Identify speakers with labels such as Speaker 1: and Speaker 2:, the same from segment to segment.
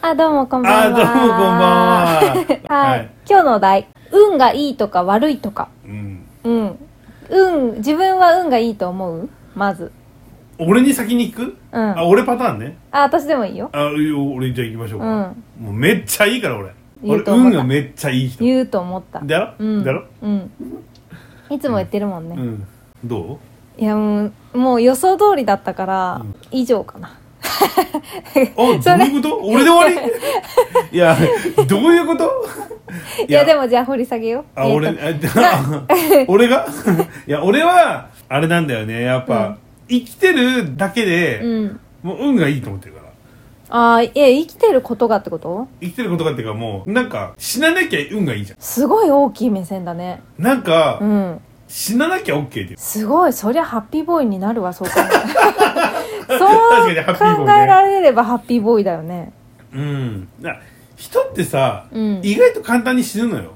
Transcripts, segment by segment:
Speaker 1: あ、どうもこんば
Speaker 2: あ
Speaker 1: ん
Speaker 2: ー
Speaker 1: は。
Speaker 2: どうもこんばんは
Speaker 1: はい、今日のお題。運がいいとか悪いとか。
Speaker 2: うん
Speaker 1: うん。運、自分は運がいいと思うまず。
Speaker 2: 俺に先に行く、
Speaker 1: うん
Speaker 2: あ俺パターンね
Speaker 1: あ、私でもいいよ。
Speaker 2: あいいよ俺じゃあ行きましょうか、
Speaker 1: うん
Speaker 2: もうめっちゃいいから俺
Speaker 1: 言
Speaker 2: 俺
Speaker 1: うと思っ
Speaker 2: 運
Speaker 1: た
Speaker 2: がめっちゃいい人
Speaker 1: 言うと思った。
Speaker 2: だろ、
Speaker 1: うん。
Speaker 2: だろ
Speaker 1: うん。いつも言ってるもんね。
Speaker 2: うんど
Speaker 1: いや、もう、もう予想通りだったから、
Speaker 2: うん
Speaker 1: 以上かな。
Speaker 2: うあ どういうこと俺で終わりいやどういうこと
Speaker 1: いや、でもじゃあ掘り下げよう。
Speaker 2: あ、
Speaker 1: えー
Speaker 2: 俺、
Speaker 1: と
Speaker 2: あ 俺がいや、俺は、あれなんだよね。やっぱ、
Speaker 1: うん
Speaker 2: 生きてるだけで、
Speaker 1: うん。
Speaker 2: もう運がいいと思ってるか
Speaker 1: あ
Speaker 2: ら。
Speaker 1: ー、え、生きてることがってこと
Speaker 2: 生きてることがっていうかもう、なんか、死ななきゃ運がいいじゃ
Speaker 1: すごい大きい目線だね。
Speaker 2: ん。なんか、
Speaker 1: うん。
Speaker 2: 死ななきゃ OK っていう。
Speaker 1: すごいそりゃハッピーボーイになるわそう考 え
Speaker 2: かにハッピ
Speaker 1: そ
Speaker 2: ー
Speaker 1: う
Speaker 2: ボーイね
Speaker 1: 考えられればハッピーボーイだよね
Speaker 2: うん。だ人ってさ、
Speaker 1: うん
Speaker 2: 意外と簡単に死ぬのよ。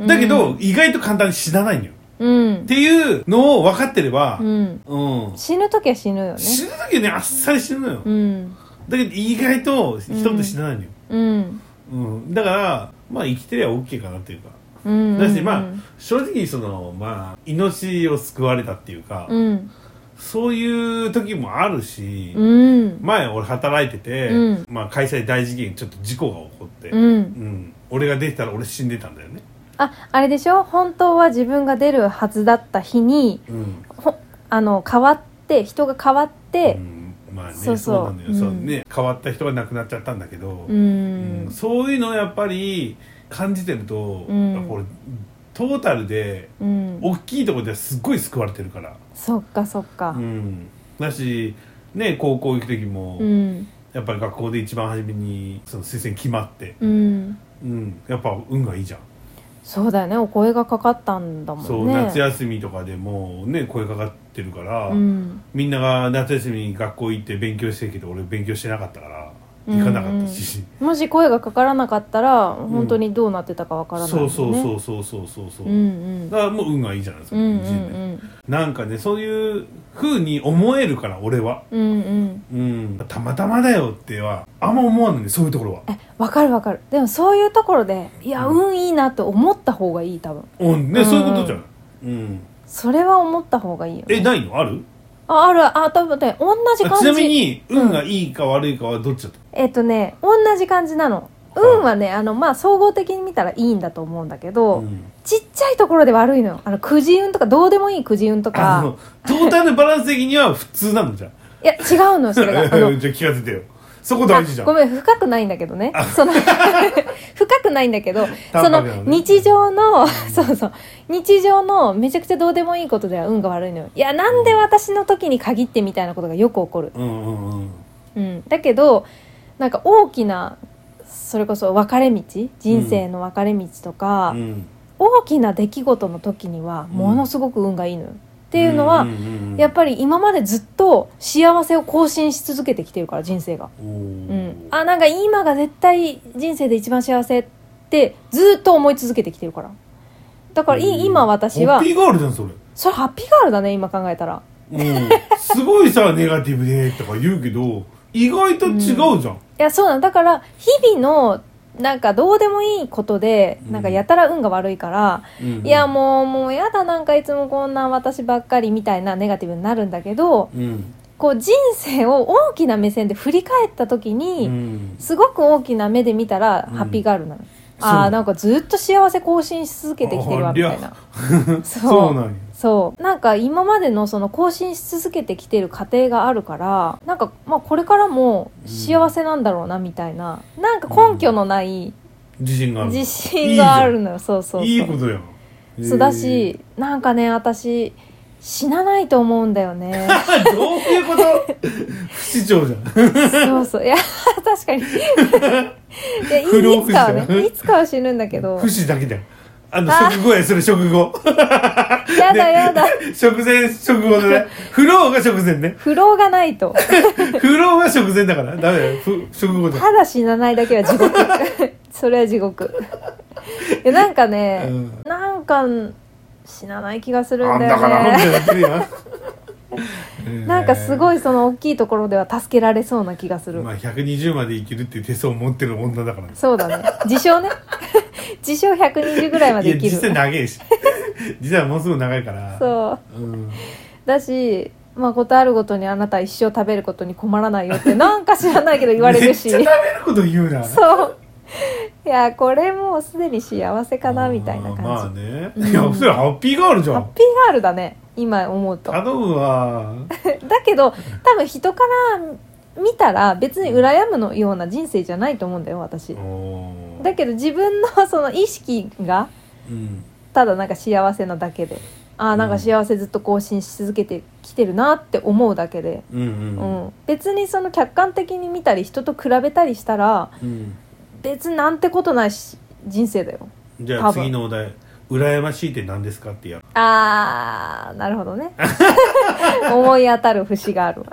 Speaker 2: だけど、意外と簡単に死なないのよ。
Speaker 1: うん
Speaker 2: っていうのを分かってれば
Speaker 1: う、ん
Speaker 2: うん。
Speaker 1: 死ぬ時は死ぬよね
Speaker 2: 死ぬときね、あっさり死ぬのよ。
Speaker 1: うん
Speaker 2: だけど、意外と人って死なないのよ。
Speaker 1: うん
Speaker 2: うん、だからまあ生きてりゃ OK かなっていうか
Speaker 1: うん
Speaker 2: だし、まあ正直そのまあ命を救われたっていうか、
Speaker 1: うん
Speaker 2: そういう時もあるし、
Speaker 1: うん
Speaker 2: 前俺働いてて、
Speaker 1: うん
Speaker 2: まあ会社で大事件ちょっと事故が起こって、
Speaker 1: う
Speaker 2: うん
Speaker 1: ん
Speaker 2: 俺が出てたら俺死んでたんだよね、
Speaker 1: ああれでしょ本当は自分が出るはずだった日に
Speaker 2: うん
Speaker 1: ほあの変わって人が変わっ
Speaker 2: う
Speaker 1: て
Speaker 2: んまあね
Speaker 1: そ
Speaker 2: そうう
Speaker 1: そう
Speaker 2: なんだよ、
Speaker 1: うん
Speaker 2: そうね変わった人が亡くなっちゃったんだけど、
Speaker 1: う
Speaker 2: うん
Speaker 1: ん
Speaker 2: そういうのをやっぱり感じてると、
Speaker 1: うん
Speaker 2: やっぱ俺トータルで
Speaker 1: うん
Speaker 2: 大きいところではすっごい救われてるから。
Speaker 1: そっかそっか
Speaker 2: うん、だし、ね、高校行く時も、
Speaker 1: うん
Speaker 2: やっぱり学校で一番初めにその推薦決まって、
Speaker 1: うん
Speaker 2: うん、やっぱ運がいいじゃん、
Speaker 1: そうだよねお声がかかったんだもんね
Speaker 2: そう夏休みとかでもうね声かかってるから、
Speaker 1: うん
Speaker 2: みんなが夏休みに学校行って勉強してるけど俺勉強してなかったから
Speaker 1: うん
Speaker 2: 行かなかったし、
Speaker 1: もし声がかからなかったら本当にどうなってたかわからないもん
Speaker 2: そ
Speaker 1: ね
Speaker 2: うそうそうそうそうそうそううん
Speaker 1: うん
Speaker 2: だからもう運がいいじゃないです
Speaker 1: う
Speaker 2: か、
Speaker 1: んうんう
Speaker 2: 人生
Speaker 1: ん
Speaker 2: なんかねそういう風に思えるから俺は、
Speaker 1: うんうん
Speaker 2: うん、たまたまだよってはあんま思わないねそういうところは
Speaker 1: えわかるわかるでもそういうところでいや、
Speaker 2: う
Speaker 1: 運いいなと思った方がいい多分
Speaker 2: うんね、
Speaker 1: うん
Speaker 2: そういうことじゃん、うん、
Speaker 1: それは思った方がいいよ、ね、
Speaker 2: えないのある
Speaker 1: ああるあ多分ね同じ
Speaker 2: あ
Speaker 1: 感
Speaker 2: ち
Speaker 1: じ
Speaker 2: なみに運がいいか悪いかはどっちだった
Speaker 1: えっ、とね同じ感じなの運はねあのまあ総合的に見たらいいんだと思うんだけど、
Speaker 2: うん
Speaker 1: ちっちゃいところで悪いのよあのくじ運とかどうでもいいくじ運と
Speaker 2: あ
Speaker 1: か
Speaker 2: のトータルバランス的には普通なのじゃん
Speaker 1: いや違うのよそ れがあの
Speaker 2: じゃあ聞かせてよそこ大事じゃ
Speaker 1: あご
Speaker 2: ん
Speaker 1: めん深くないんだけどねその 深くないんだけど、その
Speaker 2: 淡白なのね
Speaker 1: 日常の そうそう日常のめちゃくちゃどうでもいいことでは運が悪いのよいやなんで私の時に限ってみたいなことがよく起こる、
Speaker 2: うんうんうん
Speaker 1: うん、だけどなんか大きなそれこそ分かれ道人生の分かれ道とか、
Speaker 2: うん
Speaker 1: 大きな出来事の時にはものすごく運がいいのよ、っていうのは、
Speaker 2: んんうん
Speaker 1: やっぱり今までずっと幸せを更新し続けてきてるから人生が。
Speaker 2: おー
Speaker 1: うん、あなんか今が絶対人生で一番幸せってずっと思い続けてきてるからだからい
Speaker 2: うん
Speaker 1: 今私は
Speaker 2: ハッピーガールじゃんそれ
Speaker 1: それハッピーガールだね今考えたら
Speaker 2: うんすごいさネガティブでとか言うけど意外と違うじゃん
Speaker 1: いやそうなのだから日々のなんかどうでもいいことで
Speaker 2: うん
Speaker 1: なんかやたら運が悪いから、
Speaker 2: うんうん
Speaker 1: いやもうもうやだなんかいつもこんな私ばっかりみたいなネガティブになるんだけど
Speaker 2: うん
Speaker 1: こう人生を大きな目線で振り返った時に、
Speaker 2: うん
Speaker 1: すごく大きな目で見たら
Speaker 2: うん
Speaker 1: ハッピーガールなの、
Speaker 2: そう
Speaker 1: ああなんかずっと幸せ更新し続けてきてるわ
Speaker 2: あ
Speaker 1: み
Speaker 2: りゃ
Speaker 1: たいなそう
Speaker 2: そうなんや
Speaker 1: そうなんか今までのその更新し続けてきてる過程があるからなんかまあこれからも幸せなんだろうなみたいな、なんか根拠のない
Speaker 2: 自信がある
Speaker 1: 自信があるのよそうそうそう
Speaker 2: いいじゃんいいことやん
Speaker 1: そうだしなんかね私死なないと思うんだよ ね
Speaker 2: どういうこと不死鳥じゃん。
Speaker 1: そうそういや確 かにいやい
Speaker 2: 不老
Speaker 1: い
Speaker 2: 不
Speaker 1: つ
Speaker 2: 死
Speaker 1: かは
Speaker 2: だ
Speaker 1: ねいつかは死ぬんだけど
Speaker 2: 不死だけだよ。あの、
Speaker 1: あ
Speaker 2: 食後や、それ食後。
Speaker 1: やだやだ。
Speaker 2: 食前、食後でね。不老が食前ね。
Speaker 1: 不老がないと。
Speaker 2: 不老が食前だから。ダメだよ。ふ食後だ。
Speaker 1: ただ死なないだけは地獄。 それは地獄。いやなんかね、
Speaker 2: うん
Speaker 1: なんか死なない気がするん
Speaker 2: あん
Speaker 1: だ
Speaker 2: だ
Speaker 1: よ
Speaker 2: から、み
Speaker 1: ね。
Speaker 2: たいになってるやん。
Speaker 1: なんかすごいその大きいところでは助けられそうな気がする、
Speaker 2: まあ120まで生きるっていう手相を持ってる女だからね
Speaker 1: そうだね自称ね 自称120ぐらいま
Speaker 2: い
Speaker 1: で
Speaker 2: や
Speaker 1: 生き
Speaker 2: 実際
Speaker 1: る
Speaker 2: 長いし 実はもうすぐ長いから
Speaker 1: そう
Speaker 2: うん
Speaker 1: だしまあことあるごとにあなた一生食べることに困らないよってなんか知らないけど言われるし
Speaker 2: めっちゃ食べること言うな
Speaker 1: そういやこれもうすでに幸せかなみたいな感じ、
Speaker 2: あーまあね、
Speaker 1: うん
Speaker 2: いやそれハッピーガールじゃ
Speaker 1: ハッ
Speaker 2: ん
Speaker 1: ピーガールだね今思うと
Speaker 2: 頼むわ
Speaker 1: だけど多分人から見たら別に羨むのような人生じゃないと思うんだよ私
Speaker 2: おー
Speaker 1: だけど自分のその意識が
Speaker 2: うん
Speaker 1: ただなんか幸せなだけでああなんか幸せずっと更新し続けてきてるなって思うだけで、
Speaker 2: うんうん
Speaker 1: うん、別にその客観的に見たり人と比べたりしたら
Speaker 2: うん
Speaker 1: 別になんてことないし人生だよ
Speaker 2: じゃあ
Speaker 1: 多分
Speaker 2: 次のお題「羨ましいって何ですか?」ってやる
Speaker 1: あーなるほど ね思い当たる節がある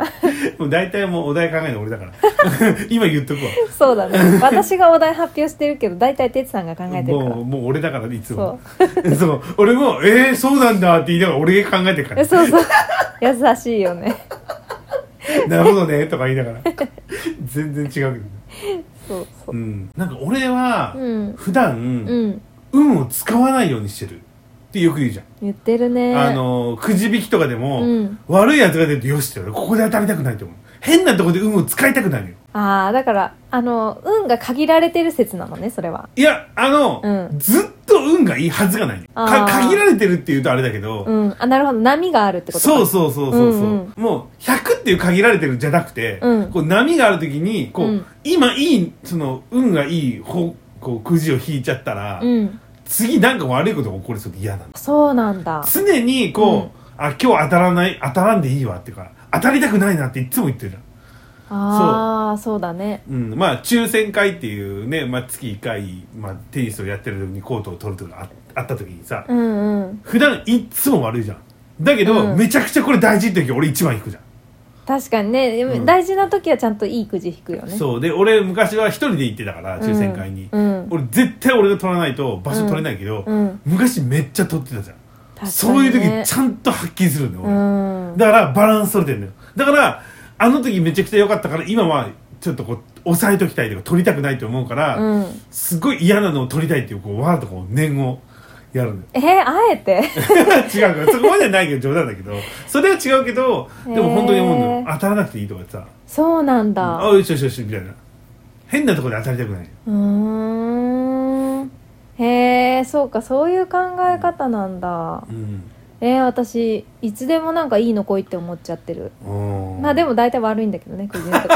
Speaker 2: もう大体もうお題考えるの俺だから 今言っとくわ
Speaker 1: そうだね私がお題発表してるけど大体哲さんが考えてるから
Speaker 2: もうもう俺だからねいつも そう俺も「えー、そうなんだ」って言いながら俺が考えてるか
Speaker 1: え
Speaker 2: ら
Speaker 1: そうそう 優しいよね
Speaker 2: 「なるほどね」とか言いながら 全然違うけどね
Speaker 1: そうそううん
Speaker 2: なんか俺は
Speaker 1: うん
Speaker 2: 普段、
Speaker 1: うん
Speaker 2: 運を使わないようにしてるってよく言うじゃん、
Speaker 1: 言ってるね
Speaker 2: あのくじ引きとかでも、
Speaker 1: うん
Speaker 2: 悪いやつが出るとよしって俺ここで当たりたくないと思う変なとこで運を使いたくないのよ
Speaker 1: ああだからあの運が限られてる説なのねそれはい
Speaker 2: やあの、
Speaker 1: うん
Speaker 2: ずっと運がいいはずがないのよか
Speaker 1: あー
Speaker 2: 限られてるっていうとあれだけど、
Speaker 1: うんあなるほど波があるってことか
Speaker 2: そうそうそうそうそう、
Speaker 1: うん
Speaker 2: もう100っていう限られてるんじゃなくて、
Speaker 1: うん
Speaker 2: こう波がある時にこう、
Speaker 1: うん
Speaker 2: 今いいその運がいい方こうくじを引いちゃったら、
Speaker 1: うん
Speaker 2: 次なんか悪いことが起こりそうで嫌なの
Speaker 1: そうなんだ
Speaker 2: 常にこう、あ今日当たらない当たらんでいいわっていうか当たりたくないなっていつも言ってるじゃん
Speaker 1: ああそうだね
Speaker 2: うん、まあ抽選会っていうね、まあ、月1回、まあ、テニスをやってる時にコートを取るとかああった時にさ、
Speaker 1: うんうん
Speaker 2: 普段いっつも悪いじゃんだけど、
Speaker 1: うん
Speaker 2: めちゃくちゃこれ大事って時俺一番引くじゃん、
Speaker 1: 確かにねでも
Speaker 2: うん
Speaker 1: 大事な時はちゃんといいくじ引くよね
Speaker 2: そうで俺昔は一人で行ってたから抽選会に、
Speaker 1: うん、うん
Speaker 2: 俺絶対俺が取らないと場所取れないけど、
Speaker 1: うん
Speaker 2: 昔めっちゃ取ってたじゃ
Speaker 1: 確
Speaker 2: ん、
Speaker 1: かにね
Speaker 2: そういう時ちゃんと発揮するのよ
Speaker 1: う
Speaker 2: 俺、
Speaker 1: ん
Speaker 2: だからバランス取れてるのよだからあの時めちゃくちゃ良かったから今はちょっとこう抑えときたいとか取りたくないと思うから、
Speaker 1: うん
Speaker 2: すごい嫌なのを取りたいっていうこうわーとこう念を やるのよ
Speaker 1: えー、あえて
Speaker 2: 違うからそこまではないけど冗談だけどそれは違うけどでも本当に思うのよ
Speaker 1: へー
Speaker 2: 当たらなくていいとかさ
Speaker 1: そうなん
Speaker 2: 「あ
Speaker 1: だ
Speaker 2: あよしよしよし」みたいな変なところで当たりたくないう
Speaker 1: ーんへえそうかそういう考え方なんだ
Speaker 2: うん
Speaker 1: えー、私いつでもなんかいいの来いって思っちゃってる
Speaker 2: うん
Speaker 1: まあでも大体悪いんだけどねくじ とか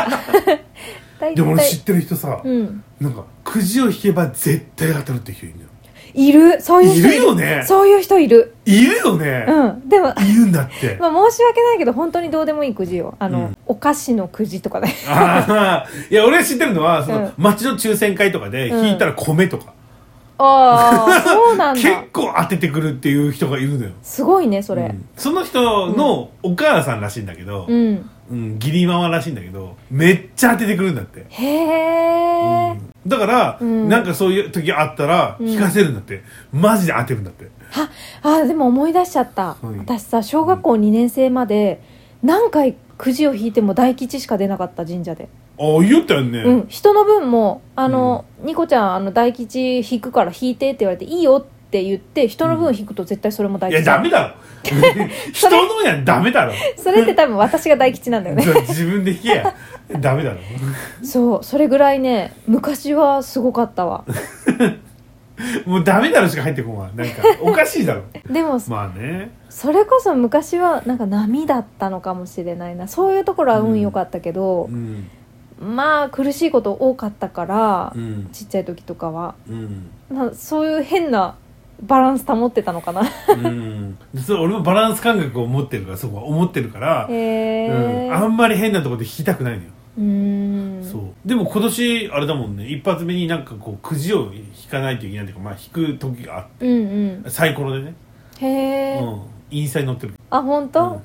Speaker 1: 大体
Speaker 2: でも俺知ってる人さ、
Speaker 1: うん
Speaker 2: なんかくじを引けば絶対当たるって人いるのよ
Speaker 1: いるそういう人
Speaker 2: いるよね
Speaker 1: そういう人いる
Speaker 2: いるよね、
Speaker 1: うんでも
Speaker 2: いるんだって
Speaker 1: まあ申し訳ないけど本当にどうでもいいくじよあの、
Speaker 2: うん
Speaker 1: お菓子のくじとか ね
Speaker 2: ああいや俺が知ってるのはその、
Speaker 1: うん
Speaker 2: 町の抽選会とかで引いたら米とか、
Speaker 1: ああそうなん
Speaker 2: 結
Speaker 1: だ
Speaker 2: 構当ててくるっていう人がいるのよ
Speaker 1: すごいねそれ
Speaker 2: うんその人のお母さんらしいんだけど、
Speaker 1: うん、
Speaker 2: うん、義理ママらしいんだけどめっちゃ当ててくるんだって、
Speaker 1: へえ、
Speaker 2: うんだから、
Speaker 1: うん
Speaker 2: なんかそういう時あったら
Speaker 1: うん
Speaker 2: 引かせるんだって、マジで当てるんだって
Speaker 1: ああでも思い出しちゃった、
Speaker 2: はい
Speaker 1: 私さ小学校2年生まで何回くじを引いても大吉しか出なかった神社で、
Speaker 2: ああ言ったよね、
Speaker 1: うん、人の分も「あの、ニコちゃんあの大吉引くから引いて」って言われて「いいよ」って言って人の分引くと絶対それも大
Speaker 2: いや
Speaker 1: 吉、
Speaker 2: ダメだろ人のやダメだろ
Speaker 1: それって多分私が大吉なんだよね
Speaker 2: じゃあ自分で引けやダメだろ
Speaker 1: そうそれぐらいね昔はすごかった わ
Speaker 2: もうダメだろしか入ってこんわなんかおかしいだろ
Speaker 1: でも
Speaker 2: まあね
Speaker 1: それこそ昔はなんか波だったのかもしれないなそういうところは運良かったけど
Speaker 2: う、ん
Speaker 1: まあ苦しいこと多かったから、
Speaker 2: うん
Speaker 1: ちっちゃい時とかは
Speaker 2: うん
Speaker 1: なそういう変なバランス保ってたのか な
Speaker 2: うんでそれ俺もバランス感覚を持ってるからそこは思ってるから、
Speaker 1: へ
Speaker 2: う
Speaker 1: え
Speaker 2: ん、あんまり変なとこで引きたくないのよ、
Speaker 1: うーん
Speaker 2: そうでも今年あれだもんね一発目になんかこうくじを引かないといけないというかまあ引く時があっ
Speaker 1: うんうん
Speaker 2: サイコロでね、
Speaker 1: へえ、
Speaker 2: うん、インスタに載ってる
Speaker 1: あ本
Speaker 2: うん
Speaker 1: 当、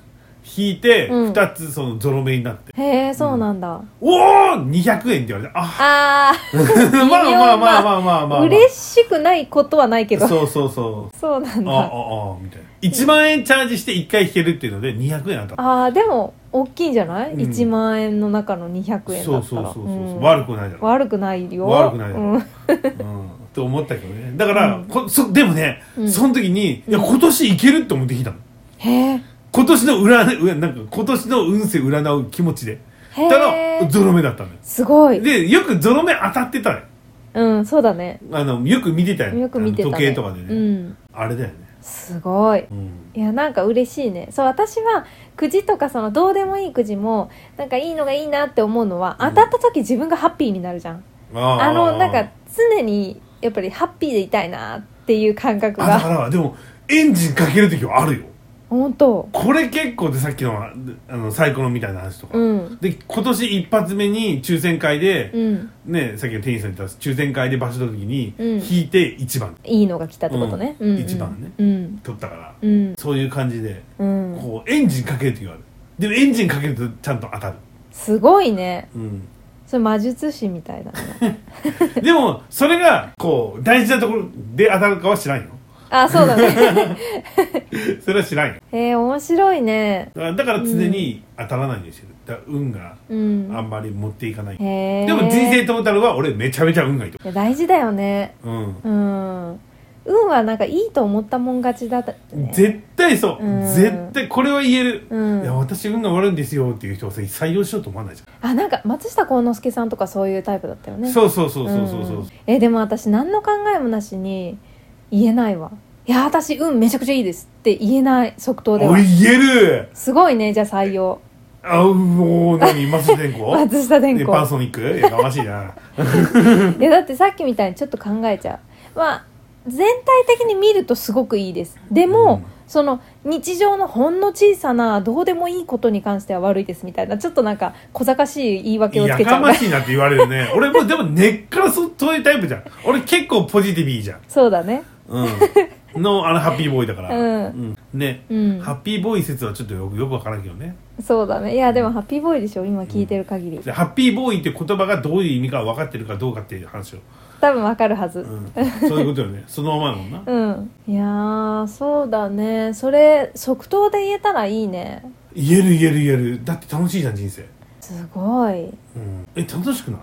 Speaker 2: 引いて
Speaker 1: うん
Speaker 2: 2つそのゾロ目になって
Speaker 1: へえそうなんだ、
Speaker 2: 「おお !200 円」って言われて「あ
Speaker 1: あ
Speaker 2: まあまあまあまあまあまあ、ま
Speaker 1: あ
Speaker 2: あ、
Speaker 1: 嬉しくないことはないけどそう
Speaker 2: そうそうそう
Speaker 1: なん
Speaker 2: ああ
Speaker 1: だ
Speaker 2: ああみたいな1万円チャージして1回引けるっていうので200円あった
Speaker 1: あーでも大きいんじゃない、
Speaker 2: うん
Speaker 1: 1万円の中の200円だったら
Speaker 2: そうそうそうそう、
Speaker 1: うん
Speaker 2: 悪くないだろ、
Speaker 1: 悪くないよ
Speaker 2: 悪くないよ
Speaker 1: うん、
Speaker 2: うん、って思ったけどねだから、
Speaker 1: うん
Speaker 2: こそでもね、
Speaker 1: うん
Speaker 2: その時にいや今年いけるって思ってきたの
Speaker 1: へえ
Speaker 2: 今年の占いなんか今年の運勢占う気持ちで
Speaker 1: へ
Speaker 2: たら
Speaker 1: え
Speaker 2: ゾロ目だったのよ
Speaker 1: すごい
Speaker 2: でよくゾロ目当たってたよ
Speaker 1: うんそうだね
Speaker 2: あのよく見てたよ
Speaker 1: よく見てた、ね、
Speaker 2: あの時計とかでね、
Speaker 1: うん
Speaker 2: あれだよね、
Speaker 1: すごい
Speaker 2: うん、
Speaker 1: いやなんか嬉しいねそう私はくじとかそのどうでもいいくじもなんかいいのがいいなって思うのは
Speaker 2: うん
Speaker 1: 当たった時自分がハッピーになるじゃん、
Speaker 2: あー
Speaker 1: あのなんか常にやっぱりハッピーでいたいなっていう感覚
Speaker 2: あだか
Speaker 1: が
Speaker 2: らでもエンジンかける時はあるよ
Speaker 1: 本当
Speaker 2: これ結構でさっきのあのサイコロみたいな話とか、
Speaker 1: うん
Speaker 2: で今年一発目に抽選会で、
Speaker 1: うん
Speaker 2: ねさっきのテニスさん言った抽選会で場所取った時に、
Speaker 1: うん
Speaker 2: 引いて1番
Speaker 1: いいのが来たってことね、
Speaker 2: う
Speaker 1: うんんうん、
Speaker 2: 一番ね
Speaker 1: うん
Speaker 2: 取ったから
Speaker 1: うん
Speaker 2: そういう感じで
Speaker 1: うん
Speaker 2: こうエンジンかける時はあるでもエンジンかけるとちゃんと当たる、
Speaker 1: すごいね
Speaker 2: うん、
Speaker 1: それ魔術師みたいだね
Speaker 2: でもそれがこう大事なところで当たるかは知らんよ
Speaker 1: あそうだね
Speaker 2: それは知らんよ
Speaker 1: えー、面白いね
Speaker 2: だからだから常に当たらないようにしてるだから運が
Speaker 1: うん
Speaker 2: あんまり持っていかない、
Speaker 1: へえ
Speaker 2: でも人生トータルは俺めちゃめちゃ運がいいと
Speaker 1: いや大事だよね
Speaker 2: 思
Speaker 1: うん運はなんかいいと思ったもん勝ちだった、
Speaker 2: う、うん、
Speaker 1: ね、
Speaker 2: 絶対そう、
Speaker 1: うん
Speaker 2: 絶対これは言える、
Speaker 1: うん
Speaker 2: いや私運が悪いんですよっていう人をさ採用しようと思わないじゃ
Speaker 1: あなんか松下幸之助さんとかそういうタイプだったよ
Speaker 2: ん、
Speaker 1: ね
Speaker 2: そうそうそうそうそうそう、
Speaker 1: んえでも私何の考えもなしに言えないわいや私運めちゃくちゃいいですって言えない即答では
Speaker 2: 俺言える
Speaker 1: すごいねじゃあ採用
Speaker 2: あもう何マス電工
Speaker 1: 松下電
Speaker 2: ね
Speaker 1: 工
Speaker 2: パンソニックいやかまし いな
Speaker 1: いやだってさっきみたいにちょっと考えちゃうまあ全体的に見るとすごくいいですでも、
Speaker 2: うん
Speaker 1: その日常のほんの小さなどうでもいいことに関しては悪いですみたいなちょっとなんか小賢しい言い訳をつ
Speaker 2: や
Speaker 1: けちゃ
Speaker 2: か
Speaker 1: う
Speaker 2: ましいなって言われるね俺もうでも根っからそそういうタイプじゃん俺結構ポジティビーじゃん、
Speaker 1: そうだね
Speaker 2: うん、のあのハッピーボーイだから、
Speaker 1: うん
Speaker 2: うんね、
Speaker 1: うん
Speaker 2: ハッピーボーイ説はちょっとよくよくわからんけどね
Speaker 1: そうだねいやでもハッピーボーイでしょ今聞いてる限り
Speaker 2: でハッピーボーイって言葉がどういう意味か分かってるかどうかっていう話を、
Speaker 1: 多分わかるはず
Speaker 2: うん、そういうことよねそのままだもんな
Speaker 1: うん、いやーそうだねそれ即答で言えたらいいね
Speaker 2: 言える言える言えるだって楽しいじゃん人生、
Speaker 1: すごい
Speaker 2: うん、え楽しくない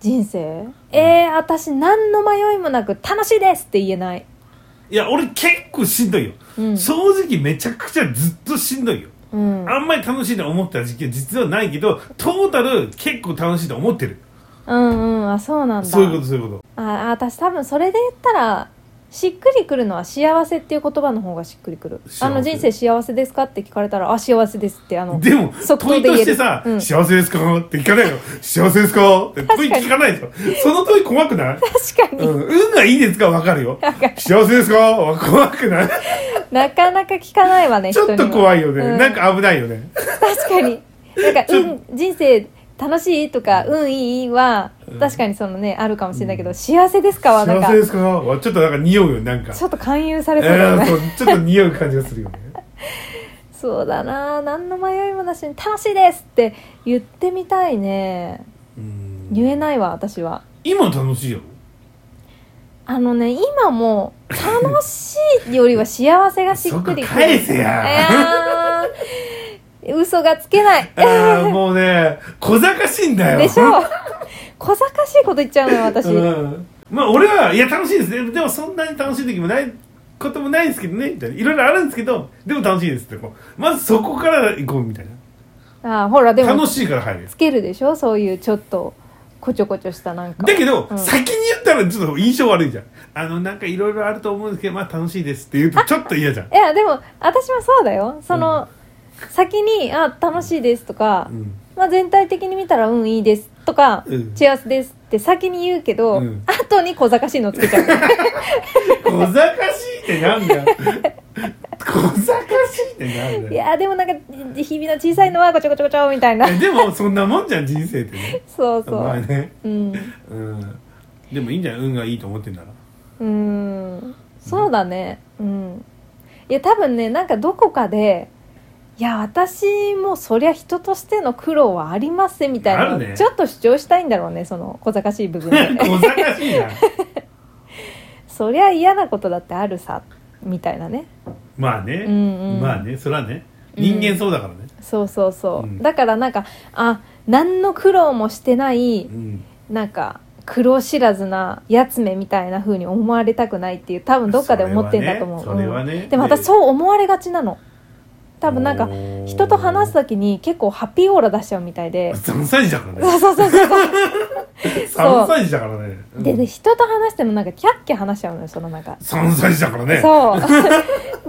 Speaker 1: 人生えー、私何の迷いもなく楽しいですって言えない
Speaker 2: いや俺結構しんどいよ、
Speaker 1: うん
Speaker 2: 正直めちゃくちゃずっとしんどいよ
Speaker 1: うん
Speaker 2: あんまり楽しいと思ってた時期は実はないけどトータル結構楽しいと思ってる
Speaker 1: うんうんあそうなんだ
Speaker 2: そういうことそういうこ
Speaker 1: ああ私多分それで言ったらしっくりくるのは幸せっていう言葉の方がしっくりくる
Speaker 2: 幸せ
Speaker 1: あの人生幸せですかって聞かれたらあ幸せですってあ
Speaker 2: と
Speaker 1: の
Speaker 2: でも
Speaker 1: 即答
Speaker 2: 問
Speaker 1: で
Speaker 2: い
Speaker 1: 言
Speaker 2: と
Speaker 1: える
Speaker 2: してさ「
Speaker 1: うん
Speaker 2: 幸せですか?」って聞かないよ「幸せですか?」って問い聞かないでしょその問い怖くない、
Speaker 1: 確かに、
Speaker 2: うん、運がいいですかわかるよ「幸せですか?」は怖くない
Speaker 1: なかなか聞かないわね
Speaker 2: ちょっと怖いよね、
Speaker 1: うん
Speaker 2: なんか危ないよね
Speaker 1: 確かになんか「
Speaker 2: ちょ
Speaker 1: うん人生楽しい?」とか「運いい?」は
Speaker 2: うん
Speaker 1: 確かにそのねあるかもしれないけど「幸せですか?」はなん
Speaker 2: 幸
Speaker 1: か
Speaker 2: せですかはちょっとなんか匂うよなんか
Speaker 1: ちょっと勧誘さ
Speaker 2: え
Speaker 1: れそうだよ
Speaker 2: ー
Speaker 1: ね
Speaker 2: そうちょっと匂う感じがするよね
Speaker 1: そうだな何の迷いもなしに「楽しいです!」って言ってみたいね
Speaker 2: うん
Speaker 1: 言えないわ私は
Speaker 2: 今楽しいよ
Speaker 1: あのね今も楽しいよりは幸せがしっくり
Speaker 2: そこ返せや
Speaker 1: いやー嘘がつけない
Speaker 2: あ あもうね小賢しいんだよ
Speaker 1: でしょ小賢しいこと言っちゃうのよ私
Speaker 2: うん、まあ俺はいや楽しいですねでもそんなに楽しい時もないこともないですけどねみたいないろいろあるんですけどでも楽しいですってこうまずそこから行こうみたいな
Speaker 1: ああほらでも
Speaker 2: 楽しいから入るんです
Speaker 1: つけるでしょそういうちょっとこちょこちょしたなんか
Speaker 2: だけど、
Speaker 1: うん
Speaker 2: 先に言ったらちょっと印象悪いじゃんあのなんかいろいろあると思うんですけどまあ楽しいですって言 うとちょっと嫌じゃん
Speaker 1: いやでも私もそうだよその、先に「あ楽しいです」とか、
Speaker 2: うん
Speaker 1: まあ、全体的に見たら「うんいいです」とか
Speaker 2: うん
Speaker 1: 幸せです」って先に言うけど、
Speaker 2: うん
Speaker 1: 後に小賢しいのつけちゃう
Speaker 2: 小賢しいってなんだよ 小賢しいってなんだよ
Speaker 1: いやでもなんか日々の小さいのはこちょこちょこちょみたいな
Speaker 2: えでもそんなもんじゃん人生ってね
Speaker 1: そうそう、
Speaker 2: まあね
Speaker 1: うんう
Speaker 2: うんでもいいんじゃない運がいいと思ってんなら
Speaker 1: ーんそうだねうんいや多分ねなんかどこかでいや私もそりゃ人としての苦労はありますねみたいな
Speaker 2: あ
Speaker 1: のを
Speaker 2: るね
Speaker 1: ちょっと主張したいんだろうねその小賢しい部分 で
Speaker 2: 小賢しいな
Speaker 1: そりゃ嫌なことだってあるさみたいなね
Speaker 2: まあね、
Speaker 1: うんうん
Speaker 2: まあねそれはね人間そうだからね、
Speaker 1: そうそうそう、
Speaker 2: うん
Speaker 1: だからなんかあ何の苦労もしてない
Speaker 2: うん
Speaker 1: なんか苦労知らずなやつめみたいな風に思われたくないっていう多分どっかで思ってんだと思う
Speaker 2: それはねそれはね
Speaker 1: うんでも私そう思われがちなの多分なんか
Speaker 2: おー
Speaker 1: 人と話す時に結構ハッピーオーラ出しちゃうみたいで
Speaker 2: 3歳児だからね
Speaker 1: そうそうそうそう
Speaker 2: 3歳児だからね
Speaker 1: で、ね、人と話してもなんかキャッキャ話しちゃうのよそのなんか、
Speaker 2: 3歳児だからね
Speaker 1: そ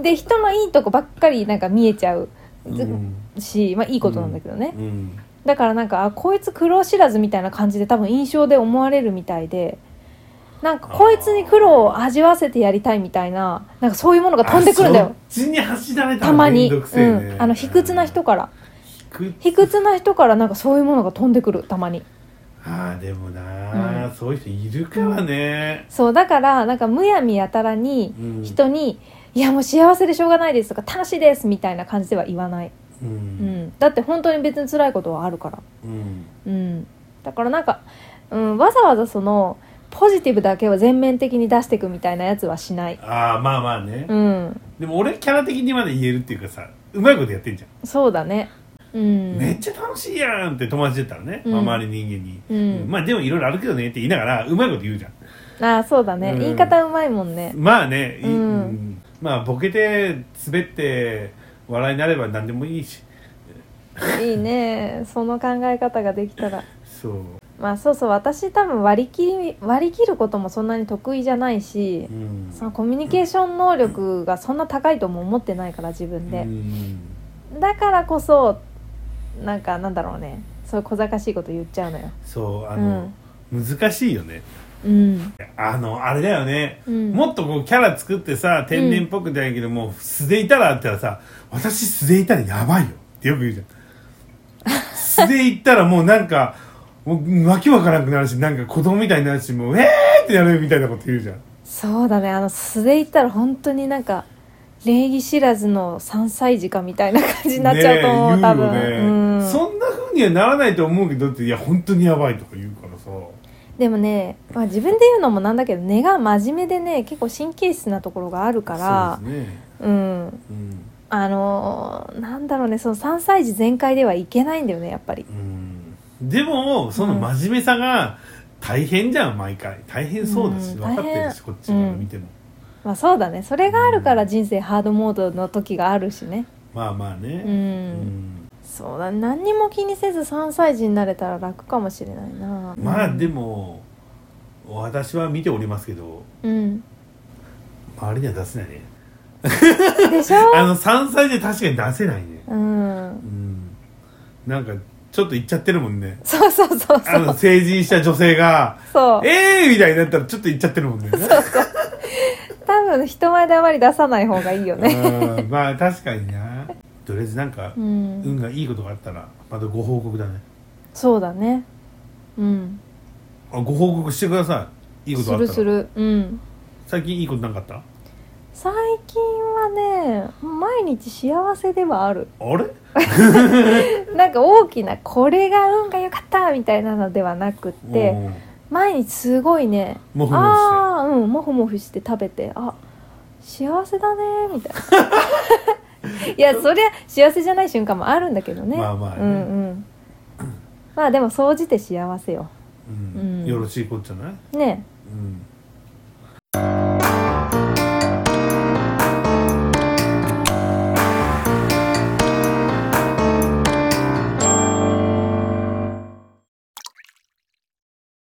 Speaker 1: う で人のいいとこばっかりなんか見えちゃう
Speaker 2: うん
Speaker 1: し、まあいいことなんだけどね、
Speaker 2: うん
Speaker 1: だからなんかあこいつ苦労知らずみたいな感じで多分印象で思われるみたいでなんかこいつに苦労を味わわせてやりたいみたいななんかそういうものが飛んでくるんだよ
Speaker 2: あそっちに走られた
Speaker 1: た
Speaker 2: ら
Speaker 1: まに、
Speaker 2: めんどくせえね
Speaker 1: うん、あの卑屈な人から
Speaker 2: 卑屈
Speaker 1: 卑屈な人からなんかそういうものが飛んでくるたまに
Speaker 2: ああでもなあ、
Speaker 1: う
Speaker 2: そういう人いるからね、
Speaker 1: そうだからなんかむやみやたらに
Speaker 2: うん
Speaker 1: 人に「いやもう幸せでしょうがないです」とか「楽しいです」みたいな感じでは言わない、
Speaker 2: う
Speaker 1: うんん、だって本当に別に辛いことはあるからう
Speaker 2: うん
Speaker 1: ん、だからなんか、うん、わざわざそのポジティブだけを全面的に出していくみたいなやつはしない、
Speaker 2: ああまあまあね、
Speaker 1: うん、
Speaker 2: でも俺キャラ的にまだ言えるっていうかさうまいことやってんじゃん、
Speaker 1: そうだねうん
Speaker 2: めっちゃ楽しいやんって友達だったらね、
Speaker 1: うん
Speaker 2: まあ、周りの人間に、
Speaker 1: うん
Speaker 2: まあでもいろいろあるけどねって言いながらうまいこと言うじゃん
Speaker 1: ああそうだね、
Speaker 2: うん
Speaker 1: 言い方うまいもん ね
Speaker 2: まあね、い
Speaker 1: うん
Speaker 2: うんまあボケて滑って笑いになれば何でもいいし
Speaker 1: いいねその考え方ができたら
Speaker 2: そう、
Speaker 1: まあそうそう私多分割り切り割り切ることもそんなに得意じゃないし
Speaker 2: うん
Speaker 1: そのコミュニケーション能力がそんな高いとも思ってないから自分
Speaker 2: う
Speaker 1: で、
Speaker 2: ん
Speaker 1: だからこそなんかなんだろうねそういう小賢しいこと言っちゃうのよ
Speaker 2: そうあの、難しいよね
Speaker 1: うん、
Speaker 2: あのあれだよね、
Speaker 1: うん、
Speaker 2: もっとこうキャラ作ってさ天然っぽくじゃないけど、もう素でいたらあったらさ私素でいたらやばいよってよく言うじゃん素でいったらもうなんかもうわけわからなくなるしなんか子供みたいになるしもうえーってやるみたいなこと言うじゃん
Speaker 1: そうだねあの素で言ったら本当になんか礼儀知らずの3歳児かみたいな感じになっちゃうと思う、
Speaker 2: ねえ
Speaker 1: 多分、
Speaker 2: 言うよね
Speaker 1: うん、
Speaker 2: そんなふうにはならないと思うけどっていや本当にやばいとか言うからさ
Speaker 1: でもね、まあ、自分で言うのもなんだけど根が真面目でね結構神経質なところがあるから
Speaker 2: そうですね、
Speaker 1: うん
Speaker 2: うん
Speaker 1: あのーなんだろうねその3歳児全開ではいけないんだよねやっぱり
Speaker 2: うん、でもその真面目さが大変じゃん、毎回大変そうだし、
Speaker 1: うん
Speaker 2: 分かって
Speaker 1: 大
Speaker 2: るし
Speaker 1: 変
Speaker 2: こっちから見ても、
Speaker 1: まあそうだねそれがあるから人生ハードモードの時があるしね
Speaker 2: まあまあね
Speaker 1: う、
Speaker 2: うんん
Speaker 1: そうだ何にも気にせず3歳児になれたら楽かもしれないな
Speaker 2: まあで
Speaker 1: も
Speaker 2: も私は見ておりますけど
Speaker 1: うん
Speaker 2: 周りには出せないね
Speaker 1: でしょ
Speaker 2: あの3歳で確かに出せないね
Speaker 1: うん
Speaker 2: うんなんかちょっと言っちゃってるもんね
Speaker 1: そうそうそうそ
Speaker 2: あの
Speaker 1: う
Speaker 2: 成人した女性が
Speaker 1: そう
Speaker 2: ええー、みたいになったらちょっと言っちゃってるもんね
Speaker 1: 多分人前であまり出さない方がいいよね
Speaker 2: うんまあ確かになとりあえずなんか
Speaker 1: う、ん、
Speaker 2: 運がいいことがあったらまたご報告だね
Speaker 1: そうだねうん
Speaker 2: あご報告してくださいいいこと
Speaker 1: す
Speaker 2: あった
Speaker 1: る
Speaker 2: ら
Speaker 1: するうん
Speaker 2: 最近いいことなかった
Speaker 1: 最近はね毎日幸せではある
Speaker 2: あれ
Speaker 1: なんか大きなこれが運が良かったみたいなのではなくって
Speaker 2: うん
Speaker 1: 毎日すごいね
Speaker 2: もふもふして
Speaker 1: ああうんモフモフして食べてあ幸せだねみたい ないやそりゃ幸せじゃない瞬間もあるんだけどね
Speaker 2: まあまあね
Speaker 1: うんうんまあでも総じて幸せよ
Speaker 2: うん
Speaker 1: うん
Speaker 2: よろしいこっちゃない、
Speaker 1: ね
Speaker 2: うん、